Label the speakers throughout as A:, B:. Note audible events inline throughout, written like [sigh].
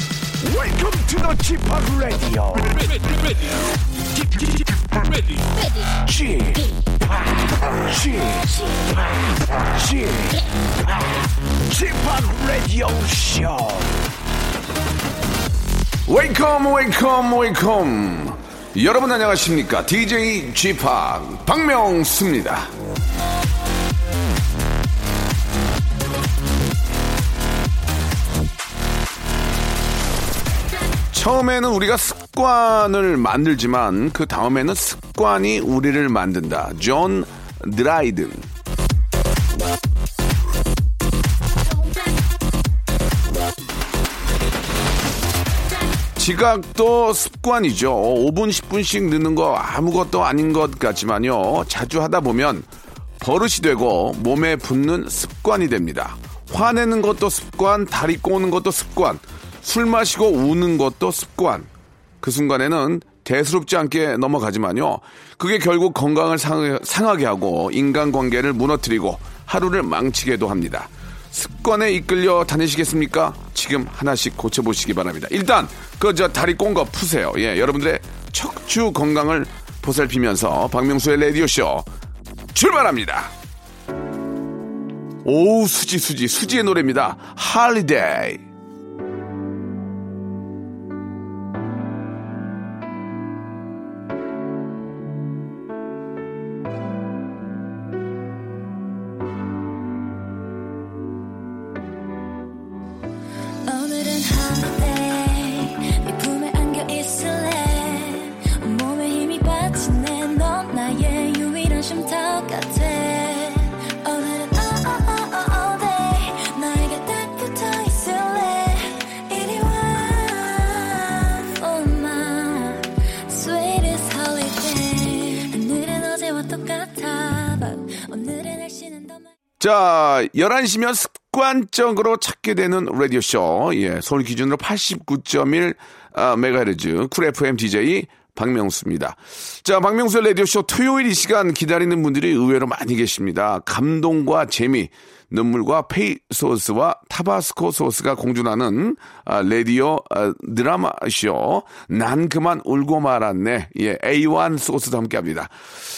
A: Welcome to the g p o p Radio.
B: ready, ready, Get- get- get ready.
A: g p o p g p o p Radio Show.
C: 웨이컴 웨이컴 웨이컴 여러분 안녕하십니까 DJ g p o 박명수입니다 처음에는 우리가 습관을 만들지만 그 다음에는 습관이 우리를 만든다 존 드라이든 지각도 습관이죠. 5분, 10분씩 늦는 거 아무것도 아닌 것 같지만요. 자주 하다 보면 버릇이 되고 몸에 붙는 습관이 됩니다. 화내는 것도 습관, 다리 꼬는 것도 습관, 술 마시고 우는 것도 습관. 그 순간에는 대수롭지 않게 넘어가지만요. 그게 결국 건강을 상- 상하게 하고 인간관계를 무너뜨리고 하루를 망치게도 합니다. 습관에 이끌려 다니시겠습니까? 지금 하나씩 고쳐보시기 바랍니다. 일단 그 저 다리 꼰 거 푸세요. 예, 여러분들의 척추 건강을 보살피면서 박명수의 라디오 쇼 출발합니다. 오우 수지 수지 수지의 노래입니다. 할리데이.
D: 오늘은 holiday 네 품에 안겨 있을래 온몸에 힘이 받치네 넌 나의 유일한 쉼터 같아 오늘은 어, all, all, all, all, all day 어, 네. 나에게 딱 붙어 있을래 이리 와 oh my sweetest holiday 하늘은 어제와 똑같아 but 오늘의 날씨는 더 맑-
C: 자, 11시면 습관적으로 찾게 되는 라디오쇼. 예, 서울 기준으로 89.1 아, 메가헤르츠 쿨 FM DJ 박명수입니다. 자, 박명수의 라디오쇼 토요일 이 시간 기다리는 분들이 의외로 많이 계십니다. 감동과 재미, 눈물과 페이 소스와 타바스코 소스가 공존하는 아, 라디오 아, 드라마 쇼. 난 그만 울고 말았네. 예, A1 소스도 함께 합니다.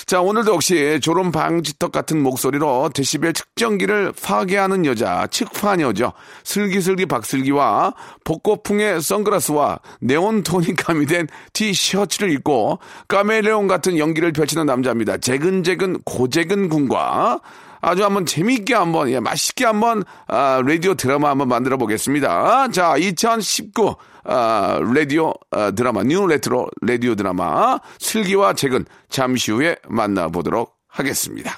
C: 자, 오늘도 역시 졸음 방지턱 같은 목소리로 데시벨 측정기를 파괴하는 여자, 측파녀죠. 슬기슬기 박슬기와 벚꽃풍의 선글라스와 네온톤이 가미된 티셔츠를 입고 카멜레온 같은 연기를 펼치는 남자입니다. 재근재근 고재근 군과 아주 한번 재미있게 한번, 예, 맛있게 한번, 아, 라디오 드라마 한번 만들어 보겠습니다. 자, 2019, 아, 라디오 아, 드라마, 뉴 레트로 라디오 드라마, 슬기와 재근, 잠시 후에 만나보도록 하겠습니다.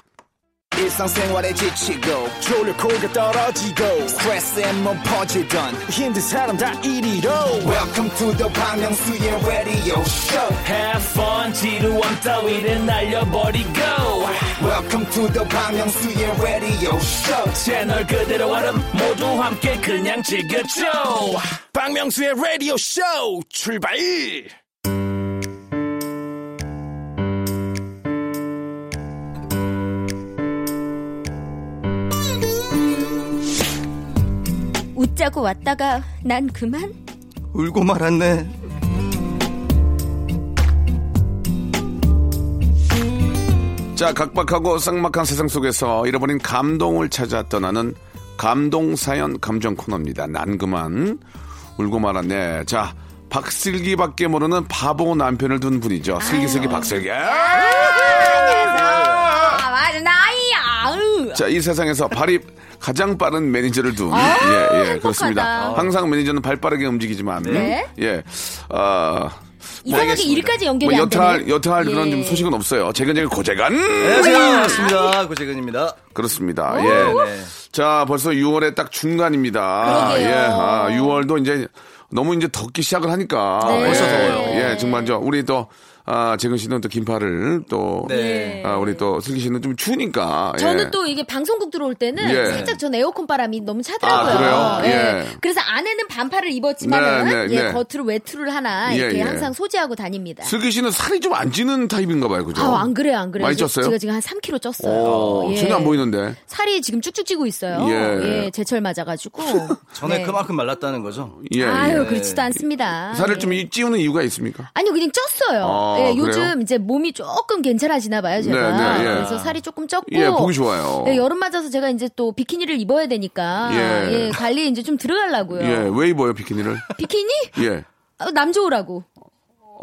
E: 일상생활에 지치고, 졸려 코가 떨어지고, 스트레스에 몸 퍼지던, 힘든 사람 다 이리로. welcome to the Bang Myung-soo's radio show
B: Have fun, 지루함 따위를 날려버리고.
E: welcome to the Bang Myung-soo's radio show
B: 채널 그대로 얼음 모두 함께 그냥 즐겨줘. 박명수의 라디오 쇼 출발!
F: 웃자고 왔다가 난 그만?
G: 울고 말았네.
C: 자, 각박하고 쌍막한 세상 속에서 잃어버린 감동을 찾아 떠나는 감동사연 감정 코너입니다. 난 그만 울고 말았네. 자, 박슬기밖에 모르는 바보 남편을 둔 분이죠. 슬기슬기 박슬기.
F: 아, 맞아, 나이야! 아우.
C: 자, 이 세상에서 발이 가장 빠른 매니저를 둔. 예, 예,
F: 아, 행복하다.
C: 그렇습니다. 항상 매니저는 발 빠르게 움직이지만.
F: 네.
C: 예. 아.
F: 이상하게
C: 모르겠습니다.
F: 일까지 연결이
C: 뭐
F: 안
C: 여타할,
F: 되네.
C: 여타할
F: 예.
C: 그런 좀 소식은 없어요. 재근재근 고재간.
G: 안녕하세요. 반갑습니다. 네, 고재근입니다.
C: 그렇습니다. 예.
G: 네.
C: 자, 벌써 6월의 딱 중간입니다.
F: 그러게요.
C: 예. 아, 6월도 이제 너무 이제 덥기 시작을 하니까.
F: 네.
C: 예.
F: 벌써 더워요.
C: 예, 정말 저 우리 또 아, 재근 씨는 또 긴팔을 또
G: 네.
C: 아, 우리 또 슬기 씨는 좀 추우니까. 예.
H: 저는 또 이게 방송국 들어올 때는
C: 예.
H: 살짝 전 에어컨 바람이 너무 차더라고요.
C: 아, 그래요? 예.
H: 그래서 안에는 반팔을 입었지만
C: 네, 네, 네.
H: 예, 겉으로 외투를 하나
C: 예,
H: 이렇게
C: 예.
H: 항상 소지하고 다닙니다.
C: 슬기 씨는 살이 좀 안 찌는 타입인가 봐요. 그죠?
H: 아, 안 그래요, 안
C: 어,
H: 그래요.
C: 많이
H: 저-
C: 쪘어요?
H: 제가 지금 한 3kg 쪘어요.
C: 어,
H: 예.
C: 전혀 안 보이는데.
H: 살이 지금 쭉쭉 찌고 있어요.
C: 예.
H: 예, 제철 맞아가지고.
G: 전에
H: 네.
G: 그만큼 말랐다는 거죠?
C: 예. 예.
H: 아유, 그렇지도 않습니다.
C: 살을
H: 예.
C: 좀 이- 찌우는 이유가 있습니까?
H: 아니요, 그냥
C: 아,
H: 쪘어요. 예,
C: 그래요?
H: 요즘 이제 몸이 조금 괜찮아지나 봐요, 제가.
C: 네, 네, 예.
H: 그래서 살이 조금 쪘고.
C: 예, 보기 좋아요.
H: 예, 여름 맞아서 제가 이제 또 비키니를 입어야 되니까.
C: 예.
H: 예, 관리 이제 좀 들어가려고요.
C: 예, 왜 입어요, 비키니를?
H: 비키니?
C: 예.
H: 어, 남 좋으라고.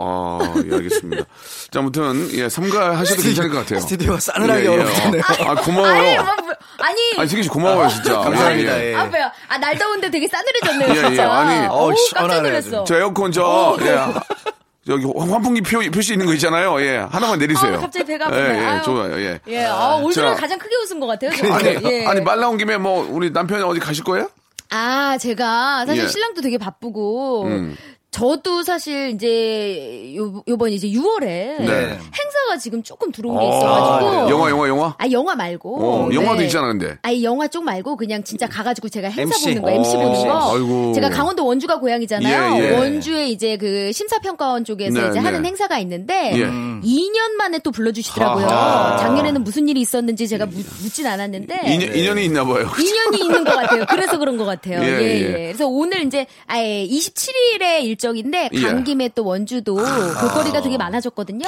C: 아, 예, 알겠습니다. 자, 아무튼, 예, 삼가하셔도 괜찮을 것 같아요.
G: 스튜디오가 싸늘하게
C: 예, 예.
G: 얼어붙었네요.
C: 아,
H: 아니,
C: 고마워요.
H: 뭐, 뭐, 아니.
C: 아니, 승기 씨 고마워요, 진짜.
G: [laughs] 감사합니다,
C: 예, 예.
G: 예.
H: 아, 뭐야. 아, 날 더운데 되게 싸늘해졌네요,
C: 예, 예.
H: 진짜.
C: 아니,
H: 어우,
G: 어우,
H: 깜짝
G: 시원하네,
H: 놀랐어.
C: 저 에어컨 저, 예. 여기 환풍기 표, 표시 있는 거 있잖아요. 예. 하나만 내리세요.
H: 아, 갑자기 배가 아프네.
C: 예, 예,
H: 아유.
C: 좋아요. 예.
H: 예, 아, 올 들어
C: 자.
H: 가장 크게 웃은 것 같아요. 저는.
C: 아니,
H: 예.
C: 아니, 말 나온 김에 뭐, 우리 남편이 어디 가실 거예요?
H: 아, 제가 사실
C: 예. 음.
H: 신랑도 되게 바쁘고 저도 사실 이제 요, 요번 이제 6월에 행사가 지금 조금 들어온 게 있어가지고
C: 네. 영화, 영화, 영화?
H: 아 영화 말고
C: 어, 영화도
H: 네.
C: 있잖아, 근데.
H: 아니 영화 쪽 말고 그냥 진짜 가가지고 제가 행사
G: MC.
H: 보는 거, MC 보는 거.
C: 어, 아이고.
H: 제가 강원도 원주가 고향이잖아요.
C: 예, 예.
H: 원주에 이제 그 심사평가원 쪽에서
C: 네,
H: 이제 하는
C: 네.
H: 행사가 있는데
C: 예.
H: 2년 만에 또 불러주시더라고요.
C: 아하.
H: 작년에는 무슨 일이 있었는지 제가 묻, 진 않았는데
C: 인연,
G: 네.
C: 인연이 있나 봐요.
H: 인연이 있는 것 같아요. 그래서 그런 것 같아요.
C: 예,
H: 예, 예.
C: 예.
H: 그래서 오늘 이제 아예 27일에 일정인데
C: 예. 아.
H: 간 김에 또 원주도 볼거리가 되게 많아졌거든요.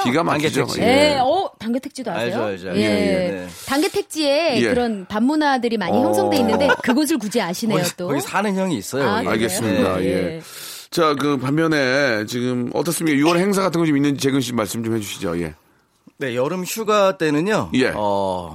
C: [laughs] 기가 막히죠.
G: 안개택시.
C: 예.
H: 예, 어 당겨 택지도 아세요?
G: 알죠, 알죠.
H: 예,
G: 예, 예, 네.
H: 당겨 택지에
C: 예.
H: 그런 반문화들이 많이
C: 어.
H: 형성돼 있는데 그곳을 굳이 아시네요
G: 거기,
H: 또.
G: 거기 사는 형이 있어요.
H: 아,
G: 거기.
H: 그래요?
C: 알겠습니다.
G: 네.
C: 예. 자, 그 반면에 지금 어떻습니까? 6월 행사 같은 거 좀 있는지 재근 씨 말씀 좀 해주시죠. 예.
G: 네, 여름 휴가 때는요.
C: 예.
G: 어,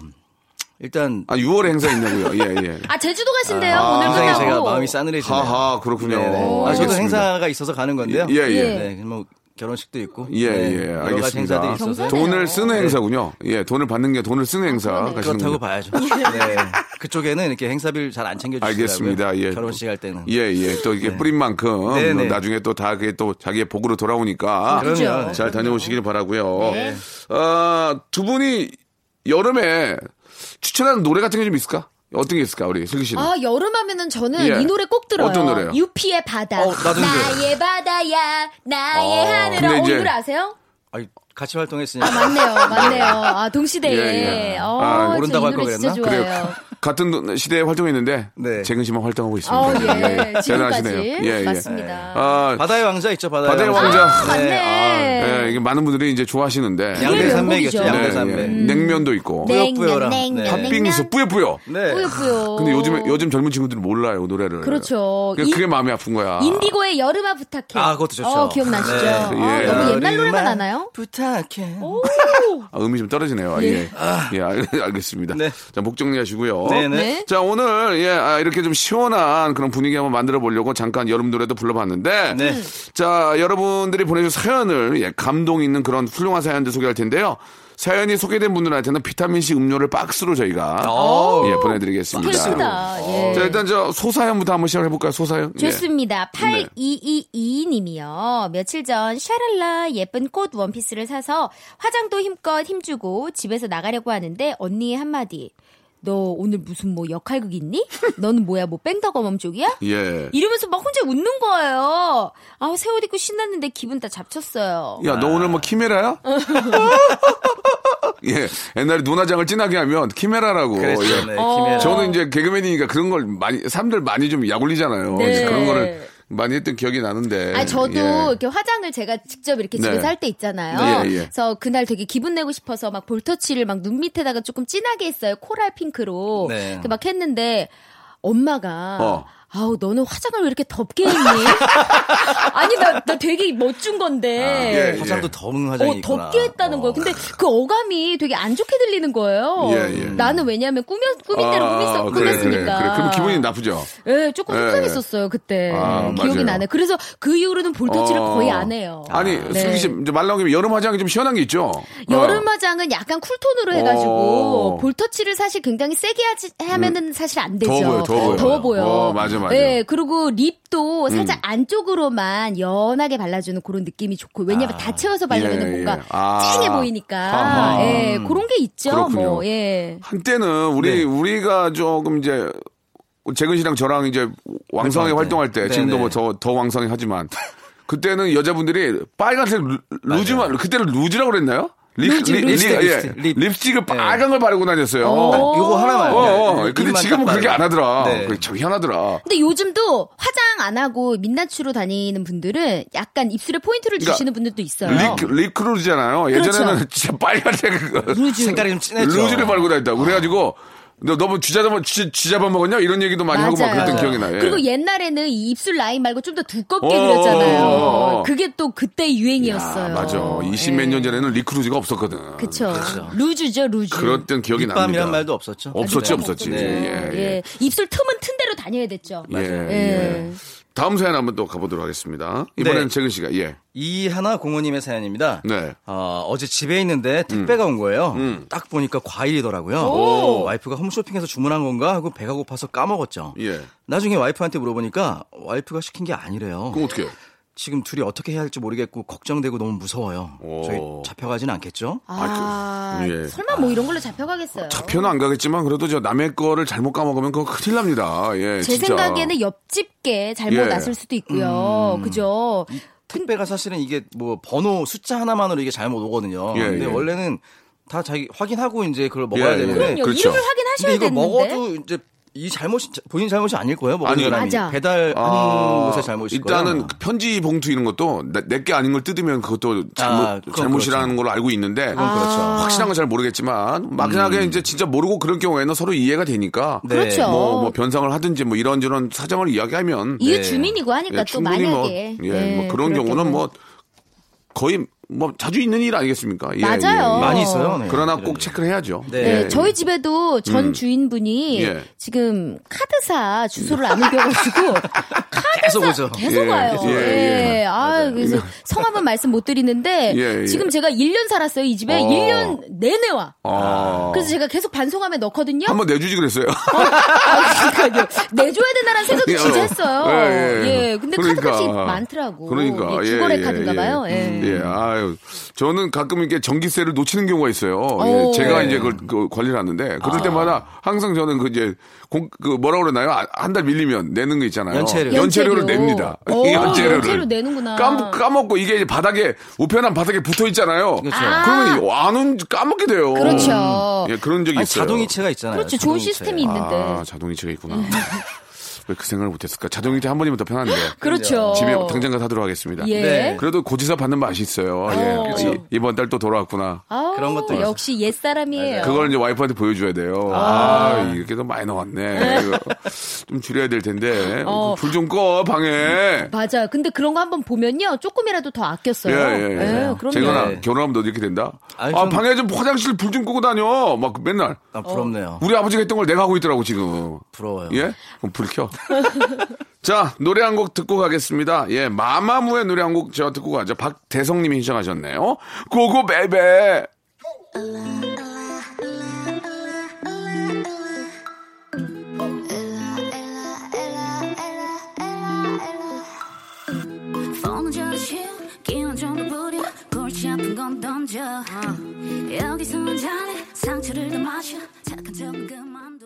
G: 일단
C: 아, 6월 행사 있냐고요? 예,
G: [laughs]
C: 예.
H: 아 제주도 가신대요 오늘
G: 굉장히
H: 끝나고.
G: 제가 마음이 싸늘해지네요.
C: 하하, 그렇군요.
G: 네, 네.
C: 오,
G: 아, 저도
C: 알겠습니다.
G: 행사가 있어서 가는 건데요.
C: 예, 예.
G: 네, 뭐 결혼식도 있고.
C: 예,
G: 네,
C: 예,
G: 여러 가지 행사들이
C: 알겠습니다.
G: 있어서 네.
C: 돈을 쓰는 행사군요. 예, 돈을 받는 게 돈을 쓰는 행사.
G: 아,
C: 가시는
G: 그렇다고 봐야죠.
H: 예.
G: 네. 그쪽에는 이렇게 행사비를 잘 안 챙겨주시더라고요.
C: 알겠습니다. 예.
G: 결혼식 할 때는.
C: 예, 예. 또 이게 뿌린 만큼
G: 네, 네.
C: 나중에 또 다 그게 또 자기의 복으로 돌아오니까
G: 그럼요. 네.
C: 잘 다녀오시길 바라고요. 아, 두 분이 여름에 추천하는 노래 같은 게 좀 있을까? 어떤 게 있을까? 우리 슬기 씨는.
H: 아 여름 하면은 저는
C: 예.
H: 이 노래 꼭 들어요.
C: 어떤 노래요?
H: 유피의 바다.
G: 어, 나도 들어요.
H: 나의 바다야 나의
G: 어.
H: 하늘아.
C: 근데
H: 어, 이
C: 이제-
H: 노래 아세요?
G: 아니, 같이 활동했으니까.
H: 맞네요, 맞네요. 아 동시대에.
C: 예, 예.
H: 어,
C: 아,
H: 저
G: 모른다고
H: 이
G: 할걸
H: 노래 진짜
G: 그랬나?
H: 좋아요.
C: 같은 시대에 활동했는데
G: 네.
C: 재근 씨만 활동하고 있습니다.
H: 어, 예. 지금까지.
C: 대단하시네요. 예, 예.
H: 맞습니다.
C: 아,
G: 바다의 왕자 있죠, 바다의,
C: 바다의
G: 왕자.
C: 왕자.
H: 맞네.
G: 아,
C: 예, 이게 많은 분들이 이제 좋아하시는데.
G: 양대
H: 명곡이죠.
G: 산맥이죠, 양대
C: 네, 예.
G: 산맥.
C: 냉면도 있고.
G: 뿌요뿌요랑.
H: 음. 냉면,
G: 네.
C: 빙수 뿌요뿌요.
G: 네.
H: 뿌요뿌요.
C: 근데 요즘에 요즘 젊은 친구들이 몰라요 노래를.
H: 그렇죠.
C: 그게, 그게
H: 인-
C: 마음이 아픈 거야.
H: 인디고의 여름아 부탁해.
G: 아, 그것도 좋죠.
H: 어, 기억나시죠?
G: 네.
H: 어,
C: 예.
H: 너무 옛날 노래만
G: 여름아
H: 하나요?
G: 부탁해.
C: 아, 음이 좀 떨어지네요. 예. 예, 알, [laughs] 알겠습니다.
G: 네.
C: 자, 목 정리하시고요.
G: 네네.
H: 네.
C: 자, 오늘, 예, 아, 이렇게 좀 시원한 그런 분위기 한번 만들어 보려고 잠깐 여름 노래도 불러봤는데.
G: 네.
C: 자, 여러분들이 보내준 사연을, 예, 감동 있는 그런 훌륭한 사연들 소개할 텐데요. 사연이 소개된 분들한테는 비타민C 음료를 박스로 저희가,
G: 어? 오.
C: 예, 보내드리겠습니다.
H: [laughs] 좋습니다. 예.
C: 자, 일단 저 소사연부터 한번 시작해볼까요, 소사연? 예.
H: 좋습니다. 8222님이요. 며칠 전 샤랄라 예쁜 꽃 원피스를 사서 화장도 힘껏 힘주고 집에서 나가려고 하는데 언니의 한마디. 너 오늘 무슨 뭐 역할극 있니? 너는 뭐야 뭐 뺑덕어멈 쪽이야?
C: 예.
H: 이러면서 막 혼자 웃는 거예요. 아, 새 옷 입고 신났는데 기분 다 잡쳤어요.
C: 야, 너 오늘 뭐 키메라야? [laughs] 예, 옛날에 눈화장을 진하게 하면 키메라라고.
G: 그렇죠.
C: 예.
G: 네, 김혜라.
C: 저는 이제 개그맨이니까 그런 걸 많이 사람들 많이 좀 약올리잖아요.
H: 네.
C: 그래서 그런 거를 많이 했던 기억이 나는데.
H: 아, 저도
C: 예.
H: 이렇게 화장을 제가 직접 이렇게
C: 네.
H: 집에서 할 때 있잖아요.
C: 예, 예.
H: 그래서 그날 되게 기분 내고 싶어서 막 볼터치를 막 눈 밑에다가 조금 진하게 했어요. 코랄 핑크로.
G: 네.
H: 이렇게 막 했는데 엄마가
C: 어.
H: 아우 너는 화장을 왜 이렇게 덥게 했니? [laughs] 아니 나, 나 되게 멋준 건데.
C: 예, 예.
G: 화장도 더운 화장이
H: 어,
G: 있구나.
H: 덥게 했다는
G: 어.
H: 거예요. 근데 그 어감이 되게 안 좋게 들리는 거예요.
C: 예, 예.
H: 나는 왜냐하면 꾸며, 꾸민 대로
C: 아,
H: 꾸몄,
C: 그래,
H: 꾸몄으니까.
C: 그래, 그래. 그럼 기분이 나쁘죠?
H: 예, 조금
C: 예.
H: 속상했었어요 그때
C: 아,
H: 기억이
C: 맞아요.
H: 나네. 그래서 그 이후로는 볼터치를
C: 어.
H: 거의 안 해요.
C: 아니,
H: 네.
C: 슬기 씨, 이제 말 나온 김에 여름 화장이 좀 시원한 게 있죠?
H: 여름
C: 어.
H: 화장은 약간 쿨톤으로 해가지고
C: 어. 음.
H: 볼터치를 사실 굉장히 세게 하지, 하면은 사실 안
C: 더워 보여,
H: 되죠.
C: 더워 보여.
H: 보여.
C: 어, 맞아, 맞아, 음. 맞아.
H: 네, 그리고 립도 살짝 안쪽으로만 연하게 발라주는 그런 느낌이 좋고 왜냐면 다 채워서 바르면
C: 예,
H: 은 뭔가
C: 예. 아.
H: 쨍해 보이니까
C: 아하.
H: 예, 그런 게 있죠.
C: 그렇군요.
H: 뭐 예.
C: 한때는 우리
G: 네.
C: 우리가 조금 이제 재근 씨랑 저랑 이제 왕성하게
G: 네.
C: 활동할 때
G: 네,
C: 지금도
G: 네.
C: 뭐 더 더 왕성해 하지만 그때는 여자분들이 빨간색 루- 루즈만 그때는 루즈라고 그랬나요? 립, 예.
H: 루즈, 루즈.
G: 립스틱, 립스틱, 네. 립.
C: 립스틱, 을 빨간 걸 바르고 다녔어요.
H: 오.
C: 어,
G: 아, 요거 하나만.
C: 어.
G: 그냥
C: 근데
G: 입만
C: 지금은
G: 딱
C: 그렇게 안 하더라.
G: 네.
C: 그게 참 희한하더라.
H: 근데 요즘도 화장 안 하고 민낯으로 다니는 분들은 약간 입술에 포인트를
C: 그러니까
H: 주시는 분들도 있어요.
C: 립, 립크루즈잖아요. 예전에는
H: 그렇죠.
C: 진짜 빨간색 그거
G: 색깔이 좀 진했죠. 아.
C: 루즈를 바르고 다녔다고. 그래가지고 너 너무 쥐잡아, 쥐, 쥐잡아 먹었냐? 이런 얘기도 많이 하고 막 그랬던 기억이 나요. 예.
H: 그리고 옛날에는 이 입술 라인 말고 좀 더 두껍게
C: 어,
H: 그렸잖아요.
C: 어, 어, 어.
H: 그게 또 그때 유행이었어요. 예.
C: 아, 맞아. 20 몇 년 전에는 리크루즈가 없었거든.
H: 그쵸 루즈죠, 루즈.
C: 그랬던 기억이 납니다.
G: 립밤이란 말도 없었죠.
C: 없었지,
G: 네.
C: 없었지.
G: 네.
C: 예, 예.
H: 예. 입술 틈은 튼 대로 다녀야 됐죠.
C: 예, 예. 다음 사연 한번 또 가보도록 하겠습니다. 이번에는
G: 네.
C: 재근 씨가, 예.
G: 이하나 공원님의 사연입니다.
C: 네. 음.
G: 어, 어제 집에 있는데 택배가 온 거예요. 딱 보니까 과일이더라고요. 와이프가 홈쇼핑에서 주문한 건가 하고 배가 고파서 까먹었죠.
C: 예.
G: 나중에 와이프한테 물어보니까 와이프가 시킨 게 아니래요.
C: 그럼 어떻게?
G: 지금 둘이 어떻게 해야 할지 모르겠고 걱정되고 너무 무서워요.
C: 오.
G: 저희 잡혀가진 않겠죠?
H: 아,
C: 그- 예.
H: 설마 뭐 이런 걸로 잡혀가겠어요.
C: 표는 안 가겠지만 그래도 저 남의 거를 잘못 까먹으면 그거 큰일 납니다. 예.
H: 제
C: 진짜.
H: 생각에는 옆집게 잘못
C: 예. 음.
H: 났을 수도 있고요. 그죠?
G: 택배가 사실은 이게 뭐 번호 숫자 하나만으로 이게 잘못 오거든요.
C: 예,
G: 근데
C: 예.
G: 원래는 다 자기 확인하고 이제 그걸 먹어야
C: 예, 예.
G: 되는데
H: 그럼요.
C: 그렇죠.
H: 이름을 확인하셔야
G: 근데 이거
H: 되는데.
G: 먹어도 이제 이 잘못이 본인 잘못이 아닐 거예요. 먹은
C: 아니요.
G: 사람이
H: 맞아.
G: 배달하는
C: 아,
G: 곳의 잘못일 거예요.
C: 일단은 그 편지 봉투 이런 것도 내 게 아닌 걸 뜯으면 그것도 잘못,
G: 아, 그건
C: 잘못이라는 걸로 알고 있는데
G: 그렇죠. 음.
C: 확실한 건 잘 모르겠지만 막연하게 이제 진짜 모르고 그런 경우에는 서로 이해가 되니까
G: 네.
H: 그렇죠.
C: 뭐, 뭐 변상을 하든지 뭐 이런저런 사정을 이야기하면
H: 이웃
G: 네.
H: 주민이고 하니까
C: 예,
H: 또
C: 충분히
H: 만약에.
C: 뭐,
H: 네,
C: 예, 뭐 그런
H: 그럴
C: 경우는
H: 경우는.
C: 뭐 거의 뭐 자주 있는 일 아니겠습니까? 예,
H: 맞아요.
C: 예, 예.
G: 많이 있어요. 네.
C: 그러나
G: 이런
C: 꼭
G: 게.
C: 체크를 해야죠.
G: 네.
H: 네,
C: 예, 음.
H: 저희 집에도 전 주인분이
C: 예.
H: 지금 카드사 주소를 안
C: [laughs]
H: 옮겨가지고
G: 계속 오죠.
H: 계속
C: 예,
H: 와요.
C: 예,
H: 예,
C: 예.
H: 아, 그래서 성함은 말씀 못 드리는데
C: 예, 예.
H: 지금 제가 1년 살았어요, 이 집에.
C: 어.
H: 1년 내내 와.
C: 아.
H: 그래서 제가 계속 반송함에 넣거든요.
C: 한번 내주지 그랬어요.
H: [laughs] 아, 그러니까요. 내줘야 되나라는 생각도 진짜 했어요.
C: 예,
H: 예,
C: 예.
H: 근데
C: 그러니까.
H: 카드값이 많더라고.
C: 그러니까.
H: 예,
C: 예,
H: 주거래
C: 예,
H: 카드인가
C: 예.
H: 봐요. 예.
C: 예, 아유. 저는 가끔 이렇게 전기세를 놓치는 경우가 있어요. 예,
H: 오. 아.
C: 제가 이제 그걸 그 관리를 하는데, 그럴 때마다 항상 저는 그 이제, 공, 그 뭐라 그러나요? 한 달 밀리면 내는 거 있잖아요.
G: 연체료.
C: [laughs] 연체료를 냅니다.
H: 오,
C: 이
H: 연체료 내는구나.
C: 깜, 까먹고 이게 이제 바닥에, 우편함 바닥에 붙어 있잖아요. 그렇죠. 그러면 안 온, 까먹게 돼요.
H: 그렇죠.
C: 예, 그런 적이
G: 아니,
C: 있어요.
G: 자동이체가 있잖아요.
H: 그렇죠. 좋은
G: 자동이체.
H: 시스템이 있는데.
C: 아, 자동이체가 있구나. [laughs] 왜 그 생각을 못했을까? 자동이체 한 번이면 더 편한데.
H: 그렇죠.
C: 집에 당장 가서 하도록 하겠습니다.
H: 예.
G: 네.
C: 그래도 고지사 받는 맛이 있어요. 예.
G: 그렇죠.
C: 이- 이번 달 또 돌아왔구나.
H: 아우,
G: 그런 것도 있어요.
H: 역시 옛사람이에요.
C: 그걸 이제 와이프한테 보여줘야 돼요. 아, 이렇게도 많이 나왔네. 이거 좀 줄여야 될 텐데.
H: 어.
C: 불 좀 꺼, 방에.
H: 맞아요. 근데 그런 거 한번 보면요. 조금이라도 더
C: 예,
H: 아꼈어요.
C: 예, 예.
H: 예, 그럼요.
C: 재건아,
G: 네.
C: 결혼하면 너 이렇게 된다?
G: 아니,
C: 아,
G: 좀-
C: 방에 좀 화장실 불 좀 끄고 다녀. 막 맨날.
G: 아, 부럽네요.
C: 우리 아버지가 했던 걸 내가 하고 있더라고, 지금.
G: 부러워요.
C: 어. 예? 그럼 불 켜. [laughs] 자, 노래 한 곡 듣고 가겠습니다. 예, 마마무의 노래 한 곡 제가 듣고 가죠. 박대성 님이 신청하셨네요. 고고 베베.
D: 폰은 저리쉬 기운 좀더 부려 골치 아픈 건 던져 여기서 잘해 상처를 더 마셔 착한 척은 그만둬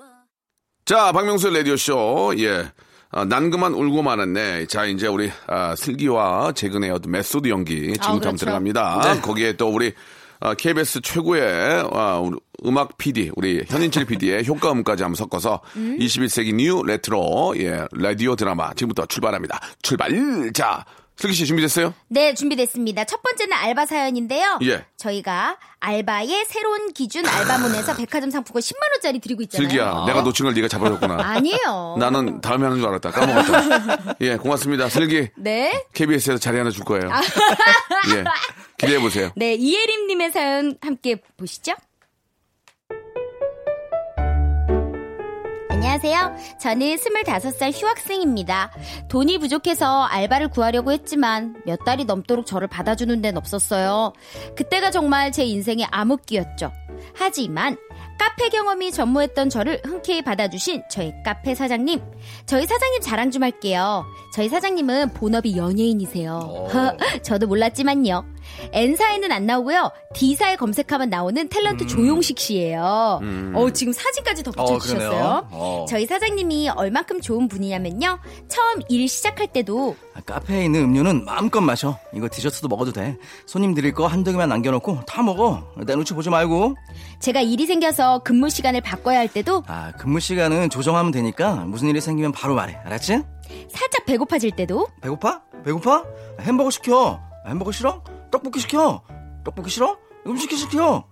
C: 자, 박명수 라디오 쇼. 예. 아, 난 그만 울고 말았네. 자, 이제 우리 아, 슬기와 재근의 어떤 메소드 연기 지금 부
H: 그렇죠.
C: 들어갑니다. 거기에 또 우리 아, KBS 최고의 아, 우리 음악 PD, 우리 현인철 PD의 [laughs] 효과음까지 한번 섞어서 21세기 뉴 레트로 예, 라디오 드라마 지금부터 출발합니다. 출발! 자, 슬기 씨 준비됐어요?
H: 네, 준비됐습니다. 첫 번째는 알바 사연인데요.
C: 예.
H: 저희가 알바의 새로운 기준 알바몬에서 백화점 상품권 10만 원짜리 드리고 네. 있잖아요.
C: 아. 슬기야, 내가 놓친 걸 네가 잡아줬구나.
H: 아니에요. 어.
C: 나는 다음에 하는 줄 알았다.
H: [laughs]
C: 까먹었다. 예, 고맙습니다. 슬기.
H: 네.
C: KBS에서 자리 하나 줄
H: [laughs]
C: 거예요. 예. 기대해 보세요.
H: 네, 이예림 님의 사연 함께 보시죠. 안녕하세요. 저는 25살 휴학생입니다. 돈이 부족해서 알바를 구하려고 했지만 몇 달이 넘도록 저를 받아주는 데는 없었어요. 그때가 정말 제 인생의 암흑기였죠. 하지만 카페 경험이 전무했던 저를 흔쾌히 받아주신 저희 카페 사장님. 저희 사장님 자랑 좀 할게요. 저희 사장님은 본업이 연예인이세요. [laughs] 저도 몰랐지만요. N사에는 안 나오고요. D사에 검색하면 나오는 탤런트 조용식 씨예요. 어, 지금 사진까지 더 붙여주셨어요.
G: 그러네요. 어.
H: 저희 사장님이 얼만큼 좋은 분이냐면요. 처음 일 시작할 때도
G: 아, 카페에 있는 음료는 마음껏 마셔. 이거 디저트도 먹어도 돼. 손님 드릴 거 한두 개만 남겨놓고 다 먹어. 내 눈치 보지 말고.
H: 제가 일이 생겨서 근무 시간을 바꿔야 할 때도
G: 아, 근무 시간은 조정하면 되니까 무슨 일이 생기면 바로 말해. 알았지?
H: 살짝 배고파질 때도
G: 배고파? 배고파? 햄버거 시켜. 햄버거 싫어? 떡볶이 시켜. 떡볶이 싫어? 음식이 시켜.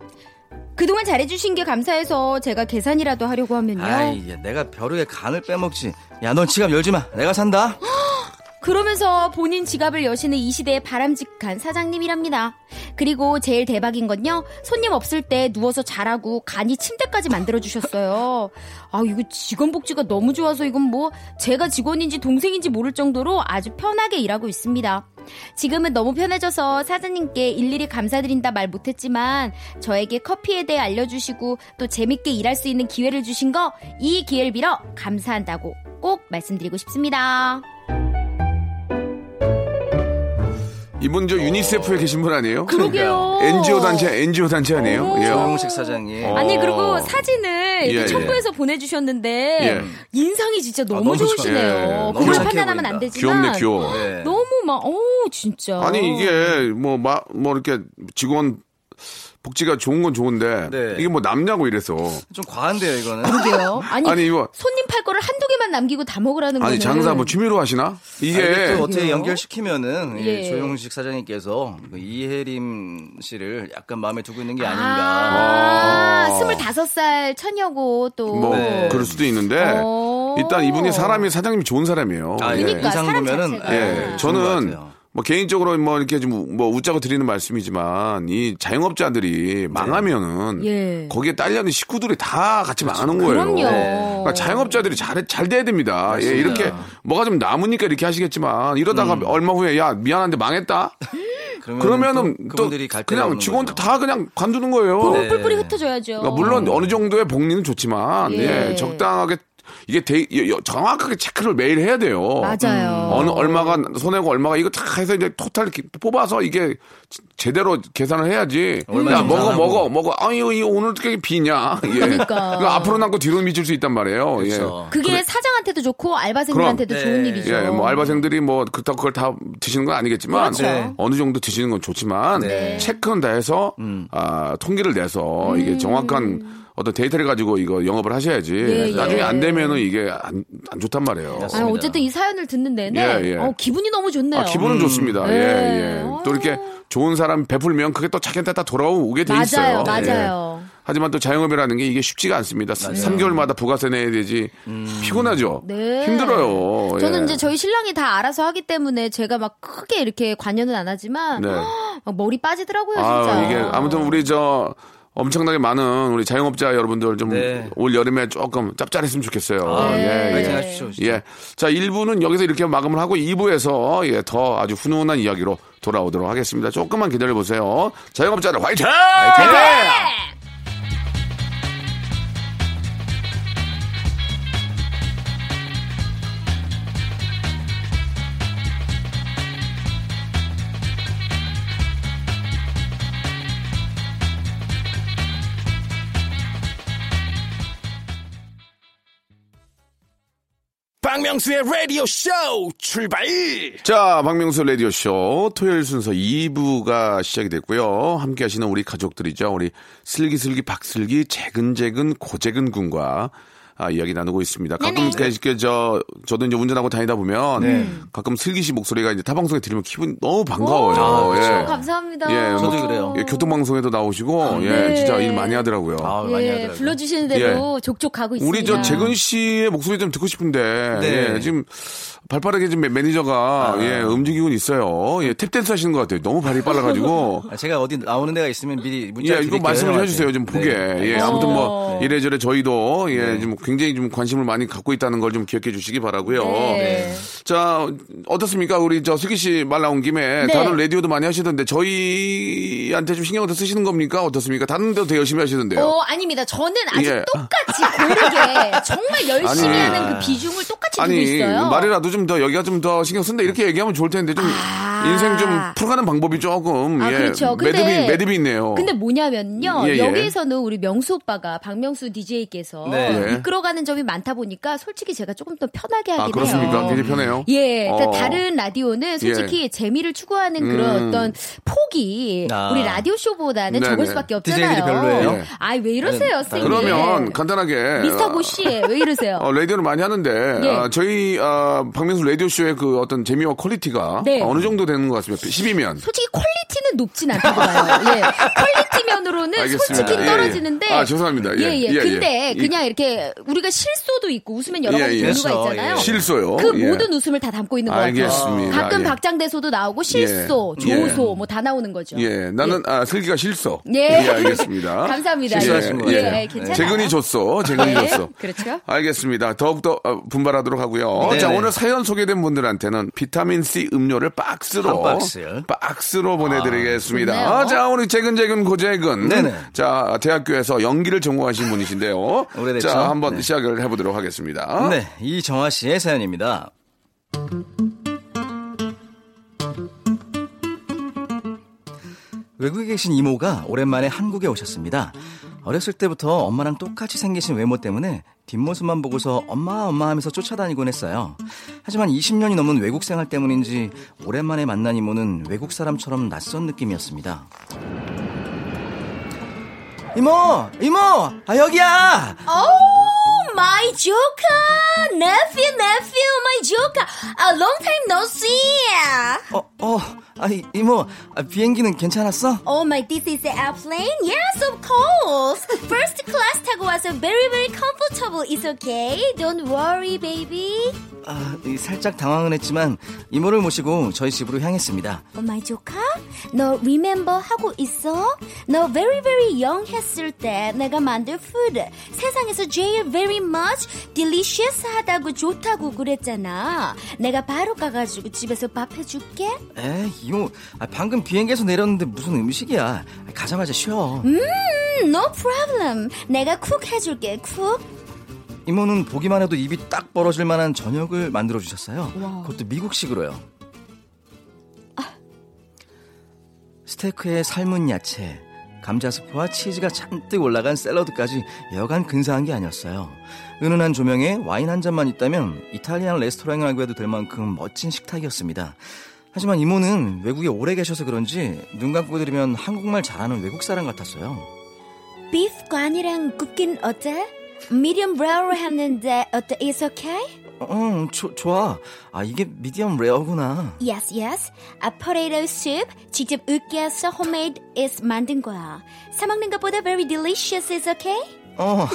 H: 그동안 잘해주신 게 감사해서 제가 계산이라도 하려고 하면요.
G: 아이, 야, 내가 벼룩의 간을 빼먹지. 야, 넌 지갑 열지 마. 내가 산다.
H: 그러면서 본인 지갑을 여시는 이 시대의 바람직한 사장님이랍니다. 그리고 제일 대박인 건요. 손님 없을 때 누워서 자라고 간이 침대까지 만들어주셨어요. 아, 이거 직원 복지가 너무 좋아서 이건 뭐 제가 직원인지 동생인지 모를 정도로 아주 편하게 일하고 있습니다. 지금은 너무 편해져서 사장님께 일일이 감사드린다 말 못했지만 저에게 커피에 대해 알려주시고 또 재밌게 일할 수 있는 기회를 주신 거 이 기회를 빌어 감사한다고 꼭 말씀드리고 싶습니다.
C: 이분 저 유니세프에 계신 분 아니에요?
H: 그러게요.
C: NGO 단체 NGO 단체 아니에요?
H: 오.
C: 예.
G: 조용식 사장님.
C: 어.
H: 아니 그리고 사진을 이렇게
C: 예,
H: 첨부해서 보내주셨는데
C: 예.
H: 인상이 진짜 너무,
G: 너무
H: 좋으시네요.
G: 좋아요. 예, 너무
H: 그걸
G: 착해
H: 판단하면 안
G: 보인다.
H: 되지만
C: 귀엽네 귀여워. 예.
G: 네.
H: 너무 막어 진짜.
C: 아니 이게 뭐 마 뭐 이렇게 직원 복지가 좋은 건 좋은데
G: 네.
C: 이게 뭐 남냐고 이래서
G: 좀 과한데요, 이거는.
H: 그러게요. 아니,
C: 아니, 이거-
H: 손님 팔 거를 한두 개만 남기고 다 먹으라는
C: 아니
H: 거는
C: 장사 뭐 취미로 하시나?
G: 아, 이게
C: 이게
G: 또 어떻게
H: 그래요?
G: 연결시키면은 이
H: 예.
G: 조용식 사장님께서 그 이혜림 씨를 약간 마음에 두고 있는 게 아닌가.
H: 아,
C: 아.
H: 25살 처녀고 또
C: 뭐
G: 네.
C: 그럴 수도 있는데
H: 어.
C: 일단 이분이 사람이 사장님이 좋은 사람이에요.
G: 아, 예.
H: 그러니까
G: 인상
H: 사람
G: 보면은
H: 자체가.
C: 예,
G: 예, 좋은 것
C: 저는
G: 같아요.
C: 뭐 개인적으로 뭐 이렇게 좀 뭐 웃자고 드리는 말씀이지만 이 자영업자들이 망하면은
H: 예.
C: 거기에 딸려는 식구들이 다 같이 망하는 거예요.
H: 그럼요.
C: 그러니까 자영업자들이 잘, 잘 돼야 됩니다. 예, 이렇게 뭐가 좀 남으니까 이렇게 하시겠지만 이러다가 얼마 후에 야, 미안한데 망했다? 그러면은
G: 또
C: 또
G: 음, 그분들이 갈등
C: 그냥 직원들 다 그냥 관두는 거예요.
H: 네. 뿔뿔이 흩어져야죠.
C: 그러니까 물론 어느 정도의 복리는 좋지만
H: 예.
C: 예, 적당하게 이게 대, 여- 여- 정확하게 체크를 매일 해야 돼요.
H: 맞아요.
C: 어느 얼마가 손해고 얼마가 이거 다 해서 이제 토탈 이렇게 뽑아서 이게 제- 제대로 계산을 해야지.
G: 얼마
C: 야
G: 정도
C: 먹어
G: 나가고.
C: 먹어 먹어. 아 이거 이거 오늘 어떻게 비냐. [laughs] 예.
H: 그러니까.
C: 앞으로 남고 뒤로 미칠 수 있단 말이에요. 예.
G: 그렇죠.
H: 그게
C: 어,
H: 사장한테도 좋고 알바생들한테도
G: 그럼.
H: 좋은
G: 네.
H: 일이죠.
C: 예. 예, 뭐 알바생들이 뭐 그렇다고 그걸 다 드시는 건 아니겠지만 예,
H: 그렇죠. 네.
C: 어느 정도 드시는 건 좋지만
G: 네.
C: 체크는 다 해서
G: 음.
C: 아, 통계를 내서 이게 정확한 어떤 데이터를 가지고 이거 영업을 하셔야지
H: 음. 예,
C: 나중에
H: 예.
C: 안 되면은 이게 안, 안 좋단 말이에요.
H: 아, 어쨌든 이 사연을 듣는 내내
C: 예, 예.
H: 어, 기분이 너무 좋네요.
C: 아, 기분은 좋습니다.
H: 네.
C: 예, 예. 또 이렇게
H: 아.
C: 좋은 사람 베풀면 그게 또 자기한테 다 돌아오게 돼 있어요.
H: 맞아요,
C: 예.
H: 맞아요.
C: 하지만 또 자영업이라는 게 이게 쉽지가 않습니다. 3개월마다 부가세 내야 되지 피곤하죠.
H: 음. 네.
C: 힘들어요.
H: 저는
C: 예.
H: 이제 저희 신랑이 다 알아서 하기 때문에 제가 막 크게 이렇게 관여는 안 하지만
C: 네.
H: [gasps] 막 머리 빠지더라고요, 진짜.
C: 아, 이게 아무튼 우리 저 엄청나게 많은 우리 자영업자 여러분들 좀 올
G: 네.
C: 여름에 조금 짭짤했으면 좋겠어요.
H: 네.
G: 예,
C: 예,
G: 파이팅
C: 예.
G: 하십시오. 진짜.
C: 예. 자, 1부는 여기서 이렇게 마감을 하고 2부에서 예, 더 아주 훈훈한 이야기로 돌아오도록 하겠습니다. 조금만 기다려 보세요. 자영업자들 화이팅!
B: 박명수의 라디오 쇼 출발!
C: 자, 박명수 라디오쇼 토요일 순서 2부가 시작이 됐고요. 함께 하시는 우리 가족들이죠. 우리 슬기슬기 박슬기 재근재근 고재근 군과 아, 이야기 나누고 있습니다. 가끔 이렇게 저 저도 이제 운전하고 다니다 보면 가끔 슬기 씨 목소리가 이제 타방송에 들으면 기분 너무 반가워요.
G: 아,
C: 예.
H: 어, 감사합니다.
C: 예,
G: 저도 그래요.
C: 예, 교통방송에도 나오시고 예,
H: 네.
C: 진짜 일 많이 하더라고요.
G: 아, 많이
H: 예,
G: 하더라고요.
H: 불러주시는 대로 족족 가고 있습니다.
C: 예. 우리 저 재근 씨의 목소리 좀 듣고 싶은데
G: 네. 아.
C: 예, 지금 발빠르게 지금 매- 매니저가 예, 움직이고 있어요. 예, 탭댄스 하시는 것 같아요. 너무 발이
G: [laughs]
C: 빨라가지고.
G: 아, 제가 어디 나오는 데가 있으면 미리 문자
C: 예, 이거
H: 아,
G: 드릴게요.
C: 말씀 좀 해주세요. 좀
G: 네.
C: 보게. 예, 아무튼 뭐
H: 어.
C: 이래저래 저희도 예, 지금 굉장히 좀 관심을 많이 갖고 있다는 걸 좀 기억해 주시기 바라고요.
H: 네.
C: 자 어떻습니까? 우리 저 슬기 씨 말 나온 김에
H: 네.
C: 다른 라디오도 많이 하시던데 저희한테 좀 신경을 더 쓰시는 겁니까? 어떻습니까? 다른 데도 되게 열심히 하시던데요.
H: 어, 아닙니다. 저는 아주
C: 예.
H: 똑같이 고르게 정말 열심히
C: 아니.
H: 하는 그 비중을 똑같이 두고
C: 아니
H: 있어요.
C: 말이라도 좀 더 여기가 좀 더 신경 쓴다 이렇게 얘기하면 좋을 텐데 좀 인생 좀 풀어가는 방법이 조금
H: 아,
C: 예
H: 그렇죠. 근데-
C: 매듭이 매듭이 있네요.
H: 근데 뭐냐면요.
C: 예, 예.
H: 여기에서는 우리 명수 오빠가 박명수 DJ께서
G: 네.
H: 이끌어가는 점이 많다 보니까 솔직히 제가 조금 더 편하게 하긴
C: 아 그렇습니까?
H: 해요.
C: 굉장히 편해요.
H: 예, 그러니까
C: 어. 예. 음.
H: 다른 라디오는 솔직히 재미를 추구하는 그런 어떤 폭이
G: 아.
H: 우리 라디오 쇼보다는
C: 네네.
H: 적을 수밖에
G: 디제이들이
H: 없잖아요.
G: 별로예요?
C: 예.
H: 아이 왜 이러세요,
G: 아니,
H: 쌤?
C: 그러면 간단하게
H: 예. 미스터 고씨 왜 이러세요?
C: 어, 라디오를 많이 하는데
H: 예.
C: 아, 저희 아, 박명수 라디오 쇼의 그 어떤 재미와 퀄리티가
H: 네.
C: 어느 정도 되는 것 같습니다. 10이면
H: 솔직히 퀄리티는 높진 않다고 봐요. 예. 퀄리티면으로는
C: 알겠습니다.
H: 솔직히
C: 예, 예.
H: 떨어지는데.
C: 아, 죄송합니다. 예,
H: 예,
C: 예, 예.
H: 근데
C: 이-
H: 그냥 이렇게 우리가 실소도 있고 웃으면 여러
C: 예,
H: 가지
C: 예.
H: 종류가
G: 그렇죠.
H: 있잖아요.
G: 예.
C: 실소요.
H: 그
C: 예.
H: 모든 웃음을 다 담고 있는 거
C: 알겠습니다.
H: 같아요. 가끔
C: 예.
H: 박장대소도 나오고 실소,
C: 예.
H: 조소 뭐 다 나오는 거죠.
C: 예, 나는 아, 슬기가 실소.
H: 예.
C: 알겠습니다.
H: [laughs] 감사합니다.
G: 실수하신
C: 예,
G: 거예요. 네,
C: 예.
H: 예, 괜찮아요.
C: 재근이 줬어. 재근이
H: 네,
C: 줬어.
H: 그렇죠.
C: 알겠습니다. 더욱더 어, 분발하도록 하고요.
G: 네,
C: 자,
G: 네.
C: 오늘 사연 소개된 분들한테는 비타민 C 음료를 박스로
G: 한 박스요? 아,
C: 박스로 보내드리겠습니다.
H: 좋네요.
C: 아, 자, 오늘 재근 재근 고재근.
G: 네, 네.
C: 자, 대학교에서 연기를 전공하신 분이신데요.
G: 오래됐죠?
C: 자, 한번
G: 네.
C: 시작을 해보도록 하겠습니다.
G: 네, 이정아 씨의 사연입니다. 외국에 계신 이모가 오랜만에 한국에 오셨습니다. 어렸을 때부터 엄마랑 똑같이 생기신 외모 때문에 뒷모습만 보고서 엄마 엄마 하면서 쫓아다니곤 했어요. 하지만 20년이 넘은 외국 생활 때문인지 오랜만에 만난 이모는 외국 사람처럼 낯선 느낌이었습니다. 이모! 이모! 아 여기야!
F: 오 마이 조카 Oh, nephew nephew 마이 조카 a long time no see
G: 어, 어, 아이, 이모, 아, 비행기는 괜찮았어?
F: Oh my, this is the airplane? Yes, of course. First class 타고 와서 very very comfortable. It's okay. Don't worry, baby.
G: 아, 이, 살짝 당황은 했지만, 이모를 모시고 저희 집으로 향했습니다.
F: Oh my 조카, 너 remember 하고 있어? 너 very very young 했을 때 내가 만든 food 세상에서 제일 very much delicious 하다고 좋다고 그랬잖아. 내가 바로 가가지고 집에서 밥 해줄게.
G: 에, 이모, 아, 방금 비행기에서 내렸는데 무슨 음식이야. 아, 가자마자 쉬어.
F: 음, no problem. 내가 쿡 해줄게. 쿡.
G: 이모는 보기만 해도 입이 딱 벌어질 만한 저녁을 만들어 주셨어요. 그것도 미국식으로요. 스테이크에 삶은 야채, 감자스프와 치즈가 잔뜩 올라간 샐러드까지 여간 근사한 게 아니었어요. 은은한 조명에 와인 한 잔만 있다면 이탈리안 레스토랑이라고 해도 될 만큼 멋진 식탁이었습니다. 하지만 이모는 외국에 오래 계셔서 그런지 눈 감고 들으면 한국말 잘하는 외국 사람 같았어요.
F: 비프관이랑 굽긴 어때? 미디엄 레어로 했는데 어때? It's okay?
G: 어, 조- 좋아. 아, 이게 미디엄 레어구나.
F: Yes, yes. 아, 포레이터 숲 직접 으깨서 homemade is 만든 거야. 사 먹는 것보다 very delicious is okay?
G: 어,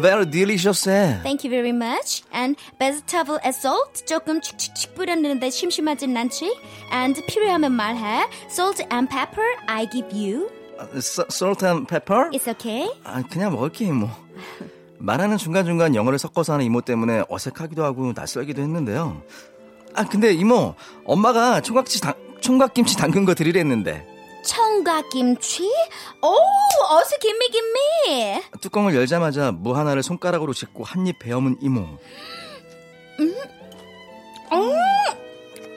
G: very delicious eh? 해.
F: Thank you very much. And vegetable and salt 조금 칙칙칙 뿌렸는데 심심하진 않지? And 필요하면 말해. Salt and pepper I give you.
G: salt and pepper?
F: It's okay?
G: 아, 그냥 먹을게, 이모. 말하는 중간중간 영어를 섞어서 하는 이모 때문에 어색하기도 하고 낯설기도 했는데요. 아, 근데 이모, 엄마가 총각치 당, 총각김치 담근 거 드리랬는데
F: 청과김치? 오, 어서 김미 김미.
G: 뚜껑을 열자마자 무 하나를 손가락으로 짚고 한 입 베어문 이모.
F: 어우,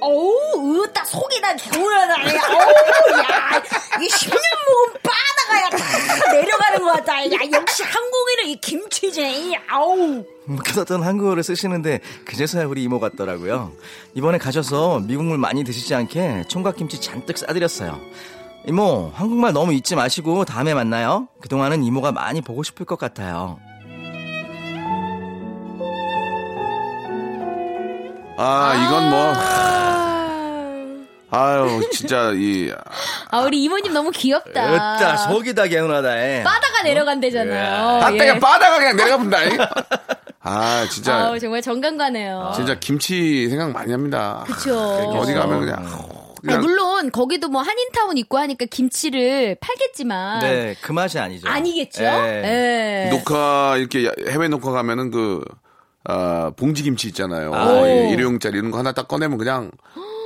F: Oh, 으, 딱 속이 다 개운하다. 야. 어우, 야. 이 10년 묵은 바다가 약간 내려가는 것 같다. 야, 역시 한국인은 이 김치지. 아우.
G: 묵혀뒀던 음, 한국어를 쓰시는데 그제서야 우리 이모 같더라고요. 이번에 가셔서 미국물 많이 드시지 않게 총각김치 잔뜩 싸드렸어요. 이모, 한국말 너무 잊지 마시고 다음에 만나요. 그동안은 이모가 많이 보고 싶을 것 같아요.
C: 아, 이건 뭐. 아유, 진짜 이
H: 아, 우리 이모님 너무 귀엽다.
G: 으따, 속이 다 개운하다, 에.
H: 바다가 내려간대잖아요.
C: 아,
H: 예.
C: 때가 바다가 그냥 내려가 [laughs] 본다. 아, 진짜
H: 아우, 정말 정감가네요.
C: 진짜 김치 생각 많이 합니다.
H: 그쵸.
C: 어디 가면 그냥 아우, 그냥
H: 물론 거기도 뭐 한인타운 있고 하니까 김치를 팔겠지만
G: 네, 그 맛이 아니죠.
H: 아니겠죠?
G: 예.
H: 예.
C: 녹화 이렇게 야- 해외 녹화 가면은 그 아, 봉지 김치 있잖아요.
G: 아,
C: 예,
H: 오.
C: 일회용짜리 이런 거 하나 딱 꺼내면
H: [gasps]
C: 그냥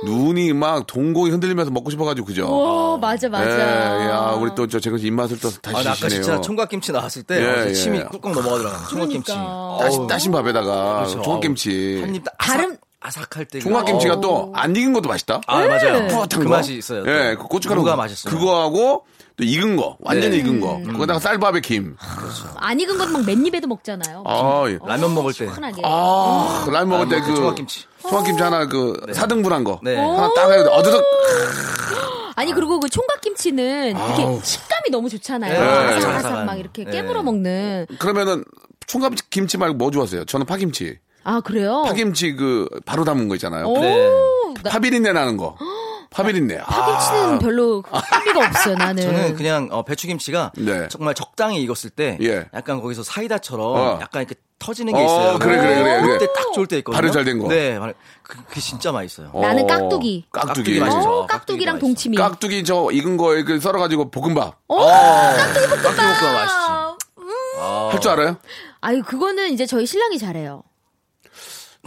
C: 눈이 막 동공이 흔들리면서 먹고 싶어가지고 그죠.
H: 오, 맞아 맞아.
C: 예, 야 우리 또 저 재근 씨 입맛을 또
G: 아,
C: 다시
G: 나 아까
C: 시네요.
G: 진짜 총각김치 나왔을 때
C: 예,
G: 아,
C: 예.
G: 침이 꿀꺽 넘어가 들어가요. 총각김치.
H: 그러니까.
C: 따시, 따신 밥에다가
G: 그렇죠.
C: 총각김치.
G: 한입 어. 딱
H: 다른-
G: 아삭, 아삭할 때.
C: 예. 총각김치가 또 안 익은 것도 맛있다.
G: 아, 맞아요.
C: 뿌듯한
G: 그
C: 거.
G: 맛이 있어요. 또.
C: 예, 그 고춧가루
G: 무가 맛있어요.
C: 그거하고 또 익은 거, 완전히
G: 네. 아,
C: 익은 거. 거기다가 쌀밥에 김.
H: 안 익은 건 막 맨 입에도 먹잖아요.
C: 아, 예.
G: 라면 먹을 때.
H: 편하게.
C: 아, 라면 먹을 때
G: 먹을 때
C: 그.
G: 총각김치.
C: 총각김치 하나 그 사등분한 거.
G: 네.
C: 하나 딱 해도 어드득.
H: 아니 그리고 그 총각김치는 이렇게 식감이 너무 좋잖아요.
G: 네.
H: 아삭아삭
G: 아삭아삭한.
H: 막 이렇게
G: 네.
H: 깨물어 먹는.
C: 그러면은 총각김치 말고 뭐 좋아하세요? 저는 파김치.
H: 아 그래요?
G: 어.
C: 파김치 그 바로 담은 거 있잖아요.
H: 오,
G: 네.
H: 나
C: 파비린내 나는
G: [gasps]
C: 거. 파비린내. 아,
H: 파김치는 별로 흥미가 없어요. 나는.
G: 저는 그냥 어, 배추김치가
C: 네.
G: 정말 적당히 익었을 때
C: 예.
G: 약간 거기서 사이다처럼
C: 어.
G: 약간 이렇게 터지는 게
C: 어,
G: 있어요.
C: 그래, 그래, 그래, 그래.
G: 그때 딱 좋을 때 있거든요.
C: 발효 잘된 거.
G: 네, 발- 그- 그게 진짜 맛있어요.
C: 어,
H: 나는 깍두기.
C: 깍두기.
G: 깍두기 맛있죠.
H: 어,
G: 깍두기가
H: 깍두기랑
G: 맛있어.
H: 동치미.
C: 깍두기 저 익은 거에 그 썰어가지고 볶음밥.
G: 깍두기 볶음밥 아, 맛있지. 어.
C: 할 줄
G: [laughs]
C: 알아요?
H: 아유 그거는 이제 저희 신랑이 잘해요.